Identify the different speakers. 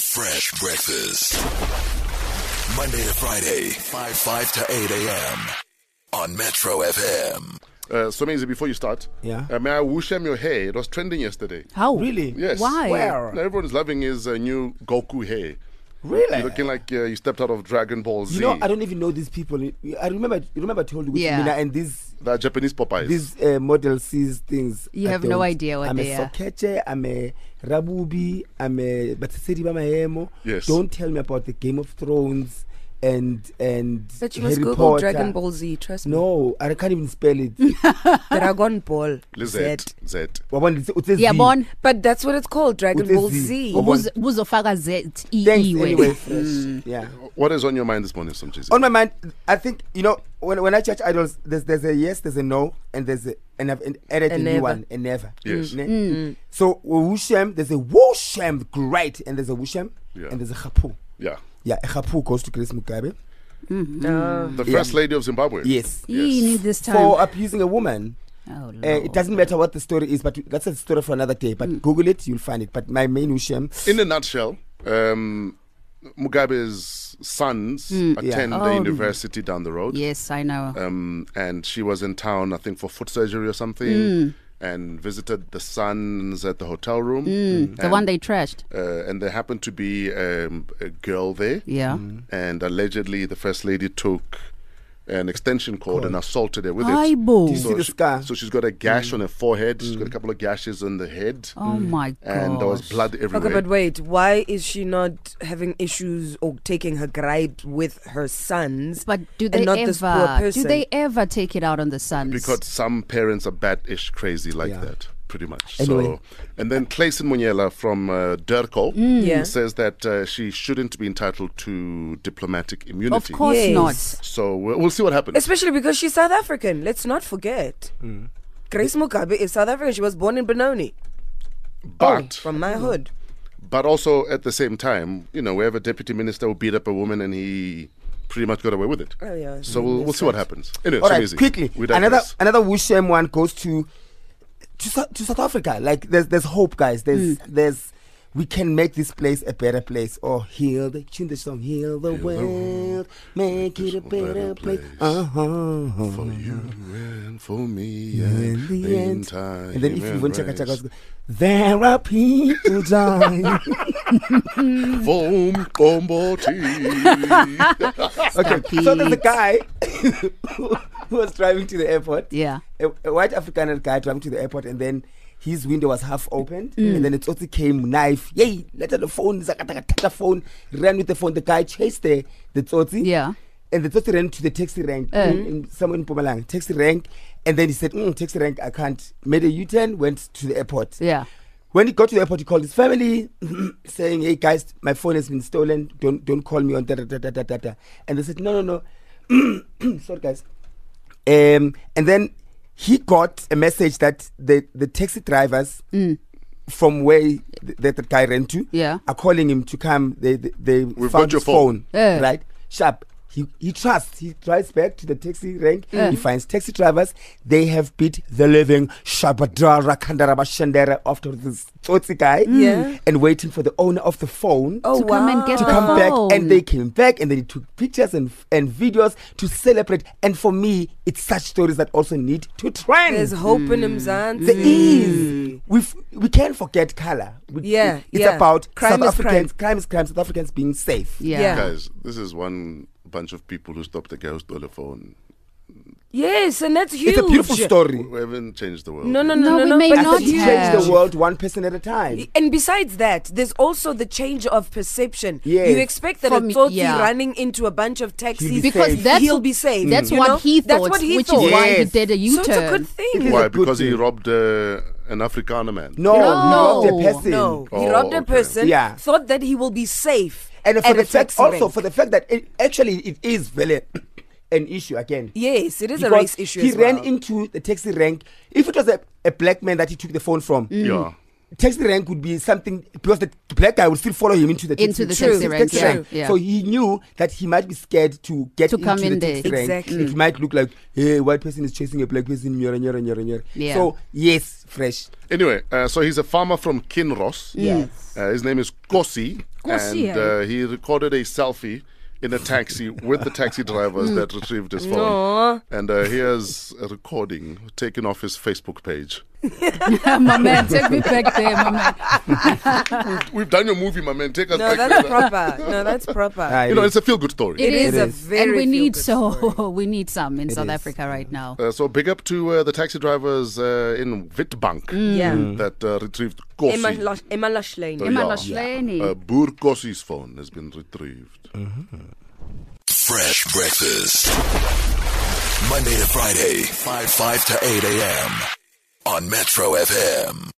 Speaker 1: Fresh breakfast. Monday to Friday, 5 5 to 8 a.m. on Metro FM.
Speaker 2: Uh, so Maisie, before you start,
Speaker 3: Yeah.
Speaker 2: uh, may I wish him your hair? It was trending yesterday.
Speaker 4: How?
Speaker 3: Oh, Really?
Speaker 2: Yes.
Speaker 4: Why?
Speaker 3: Where?
Speaker 2: Now, everyone's loving his uh, new Goku hair.
Speaker 3: Really?
Speaker 2: You're looking like uh, you stepped out of Dragon Ball Z.
Speaker 3: You know, I don't even know these people. I remember, you remember I told you with
Speaker 4: Yeah.
Speaker 3: Mina and these
Speaker 2: that Japanese Popeyes.
Speaker 3: these uh, model C's things.
Speaker 4: You
Speaker 3: I
Speaker 4: have no
Speaker 3: don't.
Speaker 4: idea what
Speaker 3: I'm
Speaker 4: they
Speaker 3: a
Speaker 4: are.
Speaker 3: Sokeche, I'm a Rabubi, I'm a Batseri Bamahemo.
Speaker 2: Yes.
Speaker 3: Don't tell me about the Game of Thrones and and
Speaker 5: But you
Speaker 3: Harry
Speaker 5: must Google
Speaker 3: Potter.
Speaker 5: Dragon Ball Z, trust me.
Speaker 3: No, I can't even spell it.
Speaker 5: Dragon Ball
Speaker 2: Z.
Speaker 5: Z.
Speaker 2: Z.
Speaker 3: Wabona, it's- it's a
Speaker 4: Yeah,
Speaker 3: Z.
Speaker 4: born.
Speaker 5: But that's what it's called, Dragon
Speaker 3: With a
Speaker 5: Ball
Speaker 3: Z.
Speaker 5: Z.
Speaker 3: Oh,
Speaker 4: Buz- Buzofaka Z E
Speaker 3: Thanks
Speaker 4: E way.
Speaker 3: anyway. Fresh. Yeah.
Speaker 2: What is on your mind this morning, Some Jesus?
Speaker 3: on my mind i think you know when, when i judge idols there's there's a yes there's a no and there's a and i've added
Speaker 5: A
Speaker 3: a, new
Speaker 5: never.
Speaker 3: one and never
Speaker 2: Yes.
Speaker 3: Ne? so wusham there's a wusham great and there's a wusham
Speaker 2: Yeah.
Speaker 3: and there's a khapu
Speaker 2: Yeah.
Speaker 3: yeah a khapu goes to grace mugabe
Speaker 2: The first lady of Zimbabwe.
Speaker 3: yes
Speaker 4: You need this time.
Speaker 3: for abusing a woman
Speaker 4: oh, Lord.
Speaker 3: uh, it doesn't matter what the story is but that's a story for another day but google it you'll find it but my main wusham
Speaker 2: In a nutshell, um, Mugabe's sons
Speaker 3: Hmm,
Speaker 2: attend the
Speaker 4: Oh.
Speaker 2: university down the road.
Speaker 4: yes, I know.
Speaker 3: Uh,
Speaker 2: um, and she was in town, I think, for foot surgery or something,
Speaker 3: Hmm.
Speaker 2: and visited the sons at the hotel room.
Speaker 3: Hmm.
Speaker 2: And,
Speaker 4: the one they trashed.
Speaker 2: uh, and there happened to be um, a girl there,
Speaker 4: Yeah.
Speaker 3: Mm.
Speaker 2: and allegedly the first lady took an extension cord and assaulted her with
Speaker 4: Ay,
Speaker 2: it.
Speaker 4: bo.
Speaker 3: Do you see the
Speaker 2: she-
Speaker 3: scar?
Speaker 2: so she's got a gash on her forehead. She's got a couple of gashes on the head,
Speaker 4: Oh
Speaker 3: Mm.
Speaker 4: my god.
Speaker 2: and there was blood everywhere.
Speaker 5: Okay, but wait, why is she not having issues or taking her gripe with her sons?
Speaker 4: But do
Speaker 5: and
Speaker 4: they
Speaker 5: not this poor
Speaker 4: ever?
Speaker 5: person?
Speaker 4: Do they ever take it out on the sons?
Speaker 2: because some parents are bat-ish crazy like
Speaker 3: Yeah.
Speaker 2: that pretty much
Speaker 3: Anyway.
Speaker 2: so and then Clayson Munyela from uh, Durko
Speaker 5: Mm, Yeah.
Speaker 4: Mm.
Speaker 2: says that uh, she shouldn't be entitled to diplomatic
Speaker 4: of
Speaker 2: immunity
Speaker 4: course
Speaker 5: Yes.
Speaker 4: not.
Speaker 2: so we'll, we'll see what happens
Speaker 5: Especially because she's South African. Let's not forget.
Speaker 3: Mm.
Speaker 5: Grace Mugabe is South African. She was born in Benoni,
Speaker 2: but
Speaker 5: from my
Speaker 3: Mm.
Speaker 5: hood.
Speaker 2: but also at the same time you know we have a deputy minister who beat up a woman and he pretty much got away with it
Speaker 5: Oh, yeah.
Speaker 2: so we'll, we'll
Speaker 5: That's
Speaker 2: see what
Speaker 5: right.
Speaker 2: happens anyway
Speaker 3: All
Speaker 2: so
Speaker 3: right,
Speaker 2: easy.
Speaker 3: quickly.
Speaker 2: We
Speaker 3: Another
Speaker 2: digress.
Speaker 3: another Wusham one goes to to, Sou- to South Africa. Like there's there's hope, guys. There's there's we can make this place a better place. Or heal the tune the song, heal the world, make it a better place. Uh huh.
Speaker 2: for Oh, you and for me
Speaker 3: In
Speaker 2: and
Speaker 3: the end,
Speaker 2: entire
Speaker 3: and then if you
Speaker 2: human
Speaker 3: went chaka
Speaker 2: race.
Speaker 3: chaka, there are people dying.
Speaker 2: Vom Bomboti.
Speaker 3: okay, so there's a guy who was driving to the airport.
Speaker 4: Yeah.
Speaker 3: a, a white Afrikaner guy drove to the airport and then his window was half opened
Speaker 4: Mm.
Speaker 3: and then it also came knife. Yay, let out the phone, the phone, ran with the phone. The guy chased the, the Tsotsi.
Speaker 4: Yeah.
Speaker 3: And the Tsotsi ran to the taxi rank
Speaker 4: Eh.
Speaker 3: in, in, somewhere in Pumalang, taxi rank. And then he said, mm, taxi rank, I can't. Made a U turn, went to the airport.
Speaker 4: Yeah.
Speaker 3: When he got to the airport, he called his family, saying, "Hey guys, my phone has been stolen. Don't don't call me on da da da da da da." da." And they said, "No, no, no, sorry guys." Um, and then he got a message that the the taxi drivers from where th- that the guy ran to
Speaker 4: Mm. Yeah.
Speaker 3: are calling him to come. They they, they
Speaker 2: We've
Speaker 3: found
Speaker 2: got your
Speaker 3: his
Speaker 2: phone.
Speaker 3: phone,
Speaker 4: Yeah.
Speaker 3: right? Sharp. He, he trusts. He drives back to the taxi rank. He finds taxi drivers. They have beat the living Shabadara Kandaraba Shandera after this Tsotsi guy.
Speaker 5: Mm. Yeah.
Speaker 3: And waiting for the owner of the phone
Speaker 5: Oh,
Speaker 4: to come and get
Speaker 3: to
Speaker 4: the
Speaker 3: come
Speaker 4: phone.
Speaker 3: back. And they came back and they took pictures and, and videos to celebrate. And for me, it's such stories that also need to trend.
Speaker 5: There's hope in
Speaker 4: Mm.
Speaker 5: Mzansi.
Speaker 3: There is. We've, we can't forget color. We,
Speaker 5: Yeah,
Speaker 3: It's
Speaker 5: yeah.
Speaker 3: about
Speaker 5: Crime
Speaker 3: South
Speaker 5: is crime.
Speaker 3: Africans. Crime is crime. South Africans being safe.
Speaker 4: Yeah.
Speaker 5: Yeah.
Speaker 2: Guys, this is one bunch of people who stopped the guy who stole the phone.
Speaker 5: Yes, and that's huge.
Speaker 3: It's a beautiful story.
Speaker 2: We haven't changed the world.
Speaker 5: No, no,
Speaker 4: No,
Speaker 5: no, no.
Speaker 4: we
Speaker 5: no,
Speaker 4: may
Speaker 5: but
Speaker 3: I
Speaker 4: not
Speaker 3: said
Speaker 5: that's huge.
Speaker 3: change
Speaker 4: have.
Speaker 3: the world one person at a time.
Speaker 5: And besides that, there's also the change of perception.
Speaker 3: Yes.
Speaker 5: You expect that
Speaker 4: From-
Speaker 5: a Tsotsi
Speaker 4: yeah.
Speaker 5: running into a bunch of taxis,
Speaker 3: He'll be
Speaker 4: Because
Speaker 3: safe.
Speaker 4: that's
Speaker 5: he'll be safe.
Speaker 4: That's
Speaker 5: you
Speaker 4: what
Speaker 5: know?
Speaker 4: he thought,
Speaker 5: That's what he
Speaker 4: which
Speaker 5: thought.
Speaker 4: is why he
Speaker 3: Yes.
Speaker 4: did a
Speaker 5: So
Speaker 4: U-turn.
Speaker 5: it's a good thing.
Speaker 2: Why?
Speaker 3: a good
Speaker 2: Because he
Speaker 3: thing.
Speaker 2: robbed uh, an Afrikaner man.
Speaker 3: No,
Speaker 4: No.
Speaker 3: you love the person.
Speaker 5: No, he
Speaker 2: Oh,
Speaker 5: robbed a
Speaker 2: okay.
Speaker 5: person.
Speaker 3: Yeah.
Speaker 5: Thought that he will be safe.
Speaker 3: And for
Speaker 5: at
Speaker 3: the
Speaker 5: a
Speaker 3: fact,
Speaker 5: taxi
Speaker 3: also
Speaker 5: rank.
Speaker 3: for the fact that it, actually it is really an issue again.
Speaker 5: yes, it is a
Speaker 3: Because
Speaker 5: race issue.
Speaker 3: He
Speaker 5: as
Speaker 3: ran
Speaker 5: well. Mm.
Speaker 3: into the taxi rank. If it was a, a black man that he took the phone from,
Speaker 2: Yeah.
Speaker 3: taxi rank would be something because the black guy would still follow him into the taxi,
Speaker 4: Into the
Speaker 5: True. taxi rank, yeah,
Speaker 4: yeah.
Speaker 3: So he knew that he might be scared to get
Speaker 4: To
Speaker 3: into
Speaker 4: come
Speaker 3: the
Speaker 4: in there.
Speaker 3: taxi rank.
Speaker 5: Exactly.
Speaker 3: It might look like hey, white person is chasing a black person. Nyara, nyara, nyara, nyara.
Speaker 4: Yeah.
Speaker 3: So yes, fresh.
Speaker 2: Anyway, uh, so he's a farmer from Kinross.
Speaker 4: Yes.
Speaker 2: Uh, his name is Kosi.
Speaker 4: Kosi,
Speaker 2: And
Speaker 4: eh?
Speaker 2: uh, he recorded a selfie in a taxi with the taxi drivers that retrieved his phone.
Speaker 5: No.
Speaker 2: And uh, here's a recording taken off his Facebook page.
Speaker 4: my man, take me back there, my man.
Speaker 2: We've done your movie, my man. Take us back.
Speaker 5: No, that's proper. No, that's proper.
Speaker 3: Ah,
Speaker 2: You know, it's a feel good story.
Speaker 5: It
Speaker 3: is.
Speaker 5: is, a
Speaker 3: And
Speaker 5: very
Speaker 4: and we need
Speaker 5: feel-good story.
Speaker 4: so we need some in South
Speaker 3: is.
Speaker 4: Africa right now.
Speaker 2: Uh, so big up to uh, the taxi drivers uh, in Witbank
Speaker 5: Mm. Yeah.
Speaker 2: that uh, retrieved Kosi.
Speaker 5: Emma Lush, Emma Lush Lane.
Speaker 2: Emma Yeah.
Speaker 4: Lashleni.
Speaker 2: Uh, Boer Kosi's phone has been retrieved.
Speaker 1: Fresh breakfast. Monday to Friday, 5 5 to 8 a.m. on Metro FM.